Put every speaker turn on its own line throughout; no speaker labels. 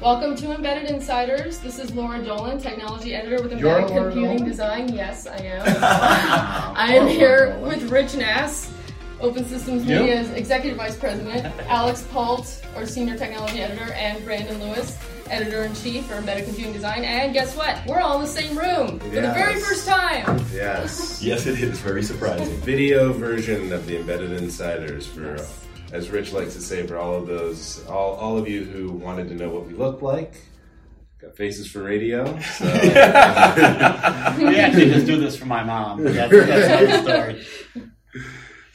Welcome to Embedded Insiders. This is Laura Dolan, technology editor with
You're
Embedded
Laura
Computing
Dolan?
Design. Yes, I am. I am here with Rich Nass, Open Systems
You?
Media's executive vice president, Alex Palt, our senior technology editor, and Brandon Lewis, editor in chief for Embedded Computing Design. And guess what? We're all in the same room for the very
Yes.
first time.
Yes.
Yes, it is very surprising.
Video version of the Embedded Insiders for, uh,
Yes.
as Rich likes to say, for all of those, all, all of you who wanted to know what we look like. Got faces for radio. So.
we actually just do this for my mom. That's, that's another story.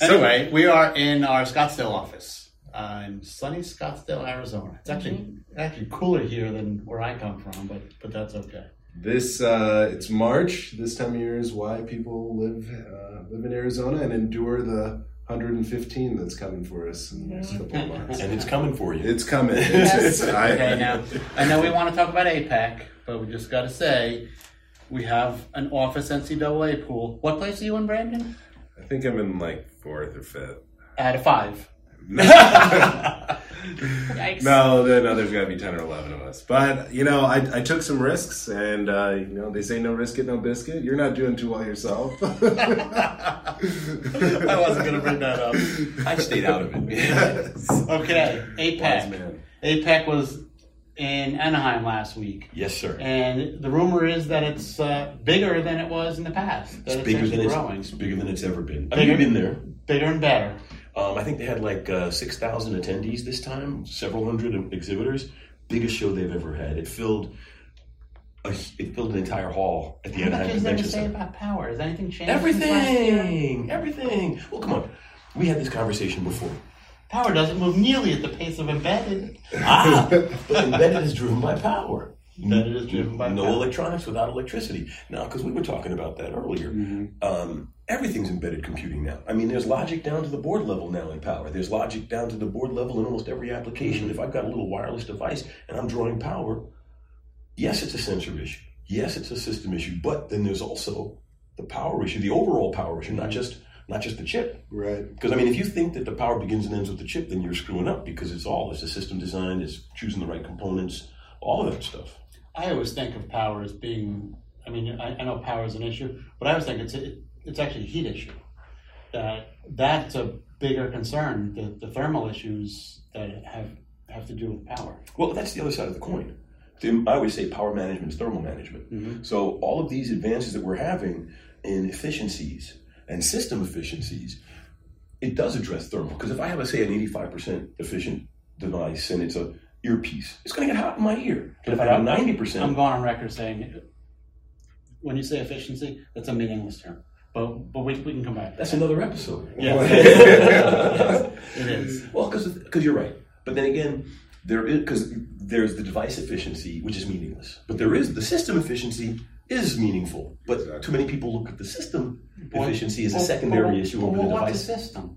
Anyway, we are in our Scottsdale office uh, in sunny Scottsdale, Arizona. It's actually actually cooler here than where I come from, but but that's okay.
This uh, it's March. This time of year is why people live uh, live in Arizona and endure the 115 that's coming for us in the next couple of months.
And it's coming for you.
It's coming. It's,
Yes.
it's- I-
Okay, now I know we want to talk about APAC, but we just got to say. We have an office NCAA pool. What place are you in, Brandon?
I think I'm in like fourth or fifth.
Out of five.
Yikes.
No, no, no, there's got to be 10 or 11 of us. But, you know, I, I took some risks, and, uh, you know, they say no risk it, no biscuit. You're not doing too well yourself.
I wasn't going to bring that up.
I stayed out of it.
Okay,
Wise
E APAC.
man.
APAC E was in Anaheim last week.
Yes, sir.
and the rumor is that it's uh, bigger than it was in the past. That
It's
it's,
bigger than
actually
it's,
growing,
it's bigger than it's ever been. I've
Bigger?
been there.
bigger and better.
Um, I think they had like uh, six thousand attendees this time, several hundred exhibitors. Biggest show they've ever had. It filled a, it filled an entire hall at the
What
Anaheim
is there to
Convention
say
Center.
about power? Has anything changed? Since last year?
Everything, everything. Well, come on. We had this conversation before.
Power doesn't move nearly at the pace of embedded.
Ah, but embedded is driven by power.
Embedded is driven by
no
power.
electronics without electricity. Now, because we were talking about that earlier,
Mm-hmm.
um, everything's embedded computing now. I mean, there's logic down to the board level now in power. There's logic down to the board level in almost every application.
Mm-hmm.
If I've got a little wireless device and I'm drawing power, yes, it's a sensor issue. Yes, it's a system issue. But then there's also the power issue, the overall power issue,
Mm-hmm.
not just not just the chip.
Right.
Because I mean, if you think that the power begins and ends with the chip, then you're screwing up because it's all it's the system design, it's choosing the right components, all of that stuff.
I always think of power as being. I mean, I, I know power is an issue, but I always think it's a, it's actually a heat issue. That that's a bigger concern. The, the thermal issues that have have to do with power.
Well, that's the other side of the coin. The- I always say power management is thermal management. So all of these advances that we're having in efficiencies and system efficiencies, it does address thermal. Because if I have, a, say, an 85% efficient device and it's a earpiece, it's going to get hot in my ear. But if I have 90%,
I'm going on record saying, when you say efficiency, that's a meaningless term. But but we, we can come back.
that's another episode.
Yeah. it is.
Well, because you're right. But then again, there is because there's the device efficiency, which is meaningless. But there is the system efficiency is meaningful. But too many people look at the system efficiency as a
Well,
secondary
but what-
issue
but
over the
what- what's
device.
the system?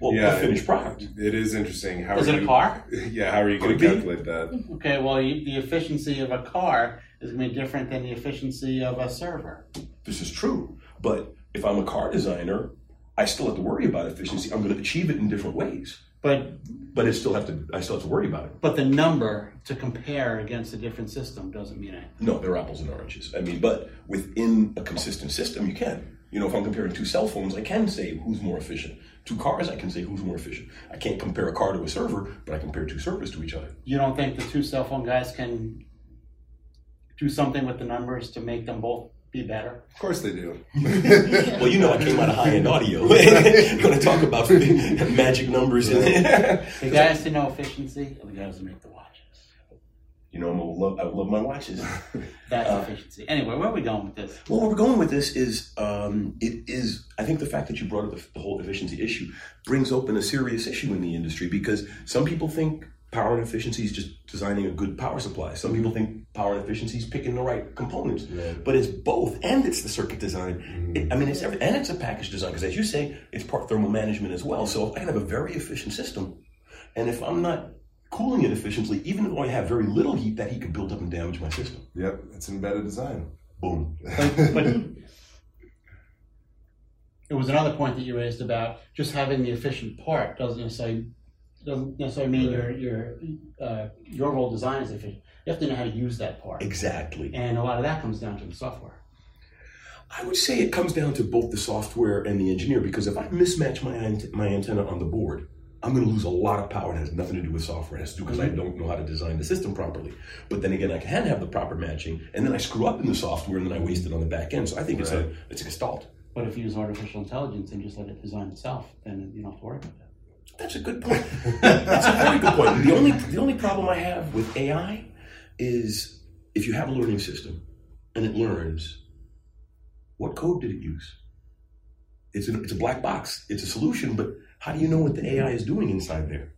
Well,
Yeah.
the finished product.
It is interesting. How
Is
are
it a
you,
car?
Yeah, how are you going
Could
to
be.
calculate that?
Okay, well, you, the efficiency of a car is going to be different than the efficiency of a server.
This is true. But if I'm a car designer, I still have to worry about efficiency. I'm going to achieve it in different ways,
But
but I still have to. I still have to worry about it.
but the number to compare against a different system doesn't mean anything.
No, they're apples and oranges. I mean, but within a consistent system, you can. You know, if I'm comparing two cell phones, I can say who's more efficient. Two cars, I can say who's more efficient. I can't compare a car to a server, but I compare two servers to each other.
You don't think the two cell phone guys can do something with the numbers to make them both be better?
Of course they do.
Well, you know, I came out of high end audio. We're going to talk about magic numbers. And
The guys to know efficiency are the guys who make the watches.
you know, I'm a love, I love my watches.
That's efficiency. Anyway, where are we going with this?
Well, where we're going with this is um, it is. I think the fact that you brought up the, the whole efficiency issue brings open a serious issue in the industry because some people think power and efficiency is just designing a good power supply. Some people think power and efficiency is picking the right components, but it's both, and it's the circuit design. It- I mean, it's every, and it's a package design because, as you say, it's part thermal management as well. So if I can have a very efficient system, and if I'm not cooling it efficiently, even though I have very little heat, that heat could build up and damage my system.
Yep, it's embedded design.
Boom.
but it was another point that you raised about just having the efficient part doesn't necessarily
doesn't necessarily mean your your uh, your role design is efficient. You have to know how to use that part,
Exactly.
and a lot of that comes down to the software.
I would say it comes down to both the software and the engineer because if I mismatch my ant- my antenna on the board, I'm going to lose a lot of power. It has nothing to do with software. It has to do because I don't know how to design the system properly. But then again, I can have the proper matching, and then I screw up in the software, and then I waste it on the back end. So I think it's a it's a gestalt.
But if you use artificial intelligence and just let it design itself, then you don't have to worry about that.
That's a good point. That's a very good point. The only the only problem I have with AI is if you have a learning system and it learns, what code did it use? It's a, it's a black box. It's a solution, but how do you know what the AI is doing inside there?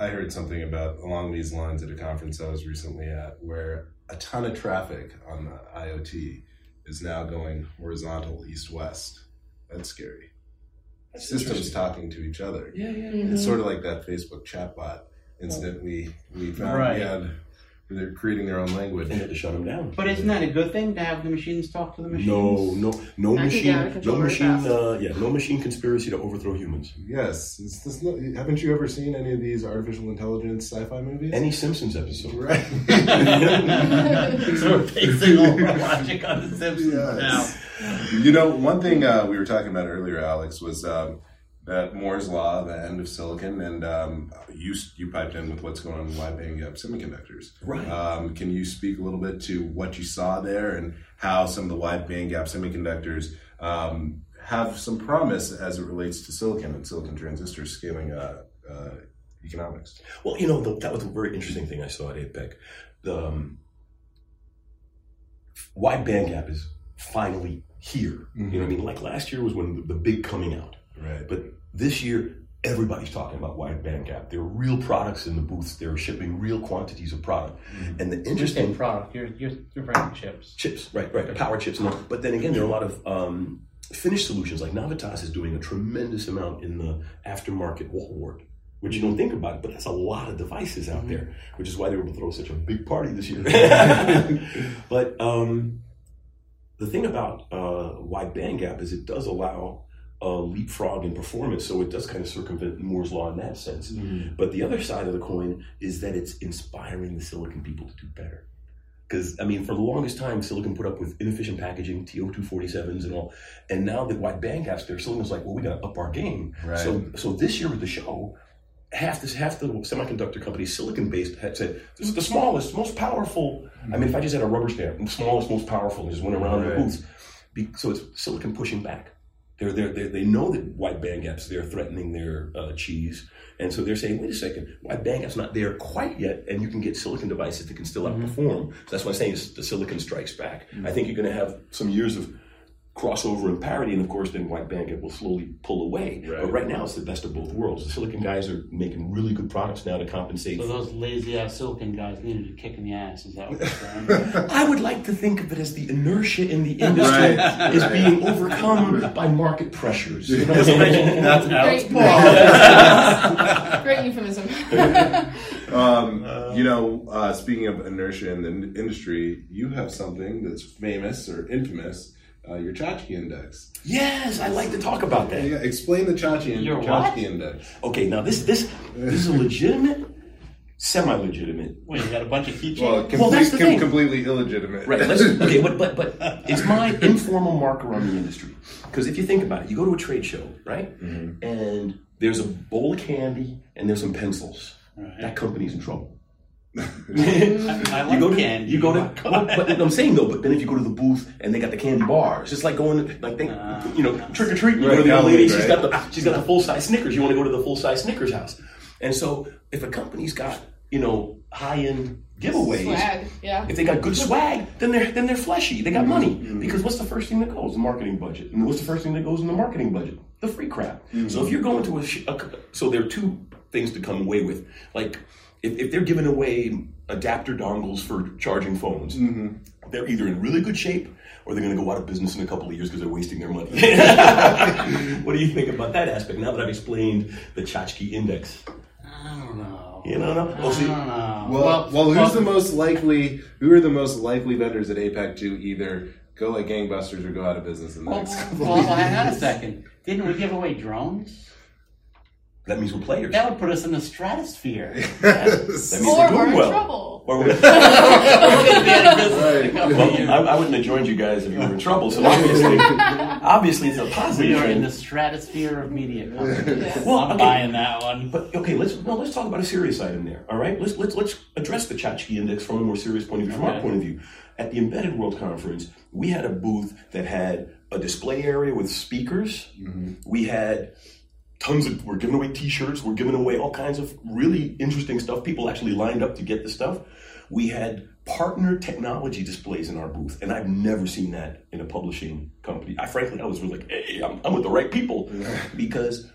I heard something about along these lines at a conference I was recently at where a ton of traffic on the IoT is now going horizontal east west. That's scary. Systems talking to each other.
Yeah, yeah.
It's sort of like that Facebook chatbot incident we, we found
Right.
we had where they're creating their own language.
And had to shut them down.
But isn't that a good thing to have the machines talk to the machines?
no, no, no
That can get out of
machine,
control
no
very
machine,
fast.
uh, yeah, no machine conspiracy to overthrow humans.
Yes. Is this not, haven't you ever seen any of these artificial intelligence sci fi movies?
Any Simpsons episode?
right.
so we're basing all our logic on the Simpsons now.
Yes. You know, one thing uh, we were talking about earlier, Alex, was um, that Moore's law, the end of silicon, and um, you you piped in with what's going on in wide bandgap semiconductors.
Right.
Um, can you speak a little bit to what you saw there and how some of the wide bandgap semiconductors um, have some promise as it relates to silicon and silicon transistors scaling uh, uh, economics?
Well, you know, the, that was a very interesting thing I saw at APEC. The um, wide bandgap is finally here. You know what I mean? Like last year was when the, the big coming out.
Right.
But this year, everybody's talking about wide bandgap. There are real products in the booths. They're shipping real quantities of product. And the interesting
Interesting product. You're, you're, you're writing chips.
chips, right, right, power chips. And all. But then again, there are a lot of um, finished solutions. Like Navitas is doing a tremendous amount in the aftermarket wallboard, which you don't think about, but that's a lot of devices out there, which is why they were able to throw such a big party this year. but um, the thing about uh, wide bandgap is it does allow uh, leapfrog in performance, so it does kind of circumvent Moore's law in that sense.
Mm.
But the other side of the coin is that it's inspiring the silicon people to do better. Because, I mean, for the longest time, silicon put up with inefficient packaging, TO247s and all. And now that wide bandgaps there, silicon's like, well, we got to up our game.
Right.
So, so this year with the show, half, this, half the semiconductor companies, silicon based, had said, this is the smallest, most powerful. I mean, if I just had a rubber stamp, smallest, most powerful, and just went around
Right.
the booth. Be- so it's silicon pushing back. They're, they're, they're, they know that wide bandgaps, they're threatening their uh, cheese. And so they're saying, wait a second, wide bandgap's not there quite yet, and you can get silicon devices that can still
Mm-hmm.
outperform. So that's why I'm saying is the silicon strikes back. I think you're going to have some years of crossover and parity, and of course, then wide bandgap will slowly pull away.
Right.
But right now, it's the best of both worlds. The silicon guys are making really good products now to compensate.
So those lazy ass silicon guys needed a kick in the ass. Is that what you're saying?
I would like to think of it as the inertia in the industry
Right.
is being overcome by market pressures. You know what I'm saying?
That's Alex
Great.
Paul.
Great euphemism.
Um, you know, uh, speaking of inertia in the in- industry, you have something that's famous or infamous. Uh, your Chachi Index.
Yes, I like to talk about that.
Yeah, explain the Chachi, in-
Your
Chachi
what?
Index.
Okay, now this this this is a legitimate, semi-legitimate.
Wait, you got a bunch of keychains?
Well, complete,
that's the
com-
thing.
completely illegitimate.
Right. Let's, okay, but but but it's my informal marker on the industry because if you think about it, you go to a trade show, right? And there's a bowl of candy and there's some pencils. That company's in trouble.
I like
You go to
candy.
you go to. Oh well, but I'm saying though, but then if you go to the booth and they got the candy bars, it's like going to like they, you know, trick or treat. You go to the old lady, she's got the she's got the full size Snickers. You want to go to the full size Snickers house, and so if a company's got you know high end giveaways,
Swag, yeah.
if they got good swag, then they're then they're fleshy. They got money because what's the first thing that goes? The marketing budget. And what's the first thing that goes in the marketing budget? The free crap. So if you're going to a, sh- a c- so there are two things to come away with. Like if, if they're giving away adapter dongles for charging phones, they're either in really good shape or they're going to go out of business in a couple of years because they're wasting their money. what do you think about that aspect? Now that I've explained the Chachki index,
I don't know.
you know, no?
I
Well, see,
don't know.
Well, well, who's the most likely? Who are the most likely vendors at APEC to either go like gangbusters or go
Oh,
out of business in the
Well,
next
well,
couple
well,
of
hang on a second. Didn't we give away drones?
That means we're players.
That would put us in the stratosphere.
That means
Or
we're
we're
doing
in
well.
trouble.
Or we're- well, I, I wouldn't have joined you guys if you were in trouble. So obviously, obviously it's a positive.
we are in
trend.
the stratosphere of media. company.
Yes.
Well,
I'm
okay.
buying that one.
But okay, let's no, let's talk about a serious item there. All right, let's let's let's address the Chachki Index from a more serious point of view. From
Okay.
our point of view, at the Embedded World Conference, we had a booth that had a display area with speakers. We had tons of we're giving away T-shirts. We're giving away all kinds of really interesting stuff. People actually lined up to get the stuff. We had partner technology displays in our booth, and I've never seen that in a publishing company. I frankly, I was really like, hey, I'm, I'm with the right people because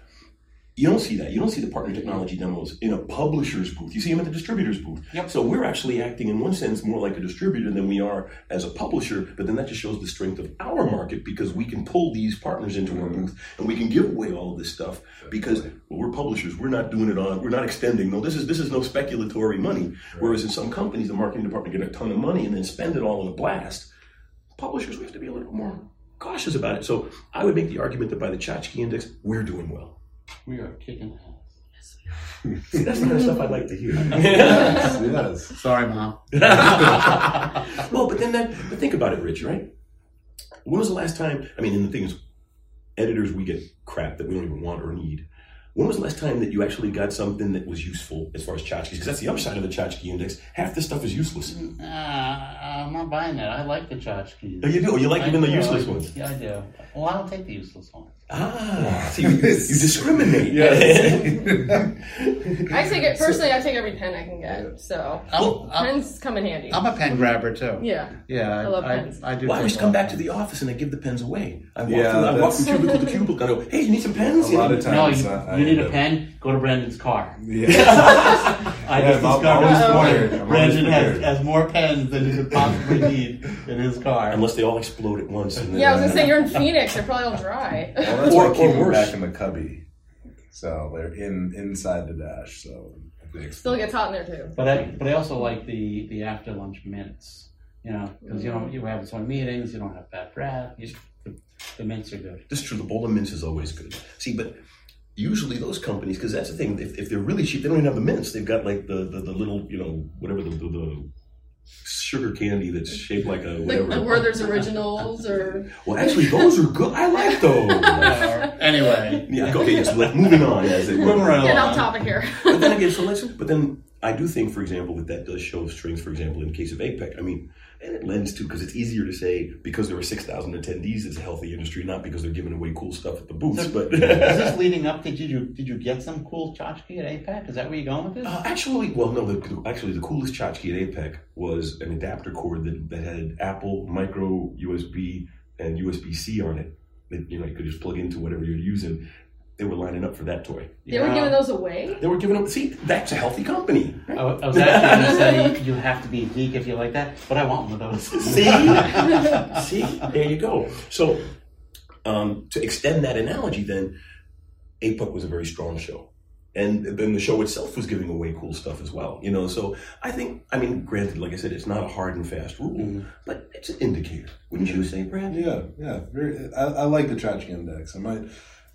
you don't see that. You don't see the partner technology demos in a publisher's booth. You see them at the distributor's booth.
Yep.
So we're actually acting in one sense more like a distributor than we are as a publisher, but then that just shows the strength of our market because we can pull these partners into our booth and we can give away all of this stuff because well, we're publishers. We're not doing it on we're not extending. No, this is this is no speculatory money. Whereas in some companies the marketing department get a ton of money and then spend it all in a blast publishers, we have to be a little more cautious about it. So I would make the argument that by the Chachki Index, we're doing well.
We are kicking ass.
See, that's the kind of stuff I like to hear.
yes, yes.
Sorry, mom.
well, but then that, but think about it, Rich, right? When was the last time, I mean, and the thing is, editors, we get crap that we don't even want or need. When was the last time that you actually got something that was useful as far as tchotchkes? Because that's the other side of the tchotchke index. Half the stuff is useless.
Uh, I'm not buying that. I like the tchotchkes.
Oh, you do? You like even the
I do.
useless ones?
Yeah, I do. Well, I don't take the useless ones.
Ah, so you, you discriminate.
I take it personally. I take every pen I can get. So
I'm, I'm,
pens come in handy.
I'm a pen grabber too.
yeah.
Yeah,
I love pens.
I, do.
Well, I
take
just come
all
back to
pens.
the office and I give the pens away. I walk,
Yeah,
through, I walk
that's-
from cubicle to cubicle. I go, hey, you need some pens?
A lot of
No,
times.
you,
uh, I,
you
I
need
end
a
up-
pen? Go to Brandon's car.
Yeah.
I
Yeah, I'm-
just
I'm
discovered
always
this
prepared. I'm
morning
always
Brandon has,
prepared.
has more pens than he could possibly need in his car.
Unless they all explode at once. And then, uh,
Yeah, I was gonna say you're in Phoenix. They're probably all dry.
Well, that's
Or-
why I keep
or
them
worse.
back in the cubby. So they're in inside the dash. So if they
Still
explode-
gets hot in there too.
But I, but I also like the, the after lunch minutes, you know, because you don't you have so many meetings, you don't have bad breath. You, the, the minutes are good.
This is true. The bowl of mints is always good. See, but usually those companies, because that's the thing, if, if they're really cheap, they don't even have the mints. They've got like the, the, the little, you know, whatever, the, the, the sugar candy that's shaped like a
Like
whatever.
the Werther's Originals or
well, actually, those are good. I like those.
anyway,
yeah, okay, yes, like, moving on, as it
moving
were.
right
get off
along.
topic here.
but then again, so let's. But then I do think, for example, that that does show strength. For example, in case of APEC, I mean, and it lends to because it's easier to say because there were six thousand attendees, it's a healthy industry, not because they're giving away cool stuff at the booths. But
Is this leading up to did you did you get some cool tchotchke at APAC? Is that where you're going with this?
Uh, actually, well, no. The, actually, the coolest tchotchke at APEC was an adapter cord that, that had Apple micro USB and USB C on it. That you know you could just plug into whatever you're using. They were lining up for that toy.
They were
Yeah.
giving those away.
They were giving up. See, that's a healthy company.
I, I was actually going to say you have to be a geek if you like that, but I want one of those.
See, see, there you go. So, um, to extend that analogy, then APUC was a very strong show, and then the show itself was giving away cool stuff as well. You know, so I think, I mean, granted, like I said, it's not a hard and fast rule, but it's an indicator, wouldn't you say, Brad?
Yeah, yeah. Very, I, I like the Tchotchke Index. I might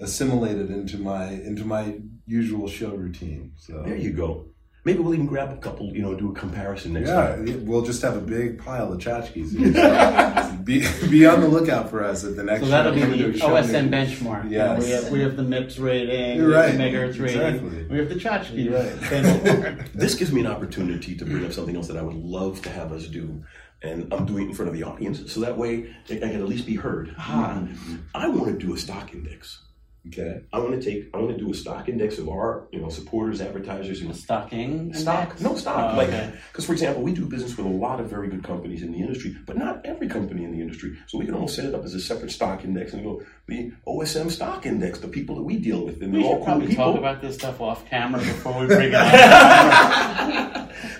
assimilate it into my into my usual show routine. So
There you go. Maybe we'll even grab a couple. You know, do a comparison next
yeah,
time.
we'll just have a big pile of tchotchkes. here, so be, be on the lookout for us at the next.
So that'll
show.
be
We're gonna
the
do a show
OSM
next-
benchmark.
Yes.
We have, we have the MIPS rating,
You're
we have
right.
the megahertz rating,
Exactly.
we have the tchotchke.
You're right.
Then-
This gives me an opportunity to bring up something else that I would love to have us do. And I'm doing it in front of the audience, so that way I I can at least be heard. Ah, I want to do a stock index.
Okay.
I want to take. I want to do a stock index of our, you know, supporters, advertisers, and
Stocking.
stock.
index?
No stock.
Oh,
like,
okay.
because for example, we do business with a lot of very good companies in the industry, but not every company in the industry. So we can almost set it up as a separate stock index and go the OSM stock index, the people that we deal with, and
We
they're
should
all cool
probably
people.
talk about this stuff off camera before we bring it up.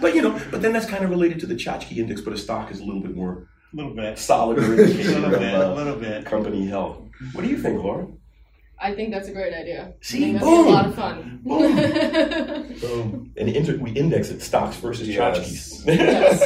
But you know, but then that's kind of related to the Chachki index, but a stock is a little bit more
a little bit.
solid or
A
indicator
little
of
bit, a
uh,
little bit.
company health. What do you think, Laura?
I think that's a great idea. I
See,
think that'd be a lot
boom,
of fun.
boom.
Boom.
And inter- we index it stocks versus
Yes.
tchotchkes.
yes.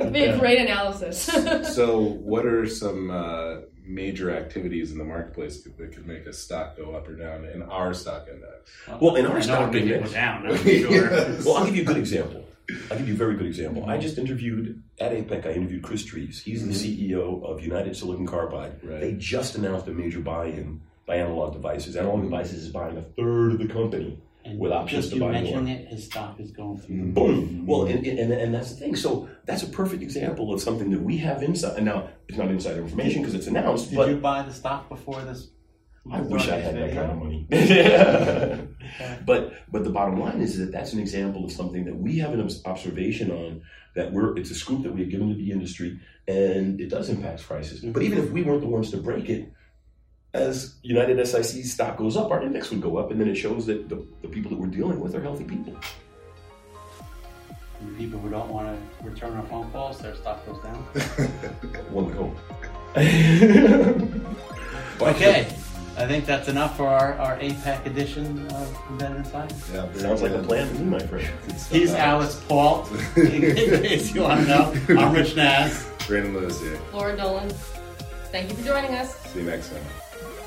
It'd be a great analysis.
So, what are some uh, major activities in the marketplace that could make a stock go up or down in our stock index.
Well, in our
I know
stock
it made
index-
it go down. I'm sure.
Well, I'll give you a good example. I'll give you a very good example. I just interviewed at APEC, I interviewed Chris Treves. He's the CEO of United Silicon Carbide.
Right.
They just announced a major buy in by Analog Devices. Analog Devices is buying a third of the company.
And
With options
just
to
you
buy
mentioning
more.
it, his stock is going through.
Boom. Well, and, and, and that's the thing. So that's a perfect example of something that we have inside. And now, it's not insider information because it's announced,
Did
but
you buy the stock before this?
I wish I had that
video?
kind of money. but but the bottom line is that that's an example of something that we have an obs- observation on that we're it's a scoop that we have given to the industry and it does impact prices. But even if we weren't the ones to break it, as United SIC stock goes up, our index would go up, and then it shows that the, the people that we're dealing with are healthy people.
And People who don't want to return our phone calls, their stock goes down.
One would hope.
Okay, I think that's enough for our, our APAC edition of Competitive Science.
Yeah, very
Sounds like a
good.
plan to me, my friend.
Good stuff,
He's Alex Paul, in case you want to know. I'm Rich Nass.
Brandon Lewis here.
Laura Dolan, thank you for joining us.
See you next time.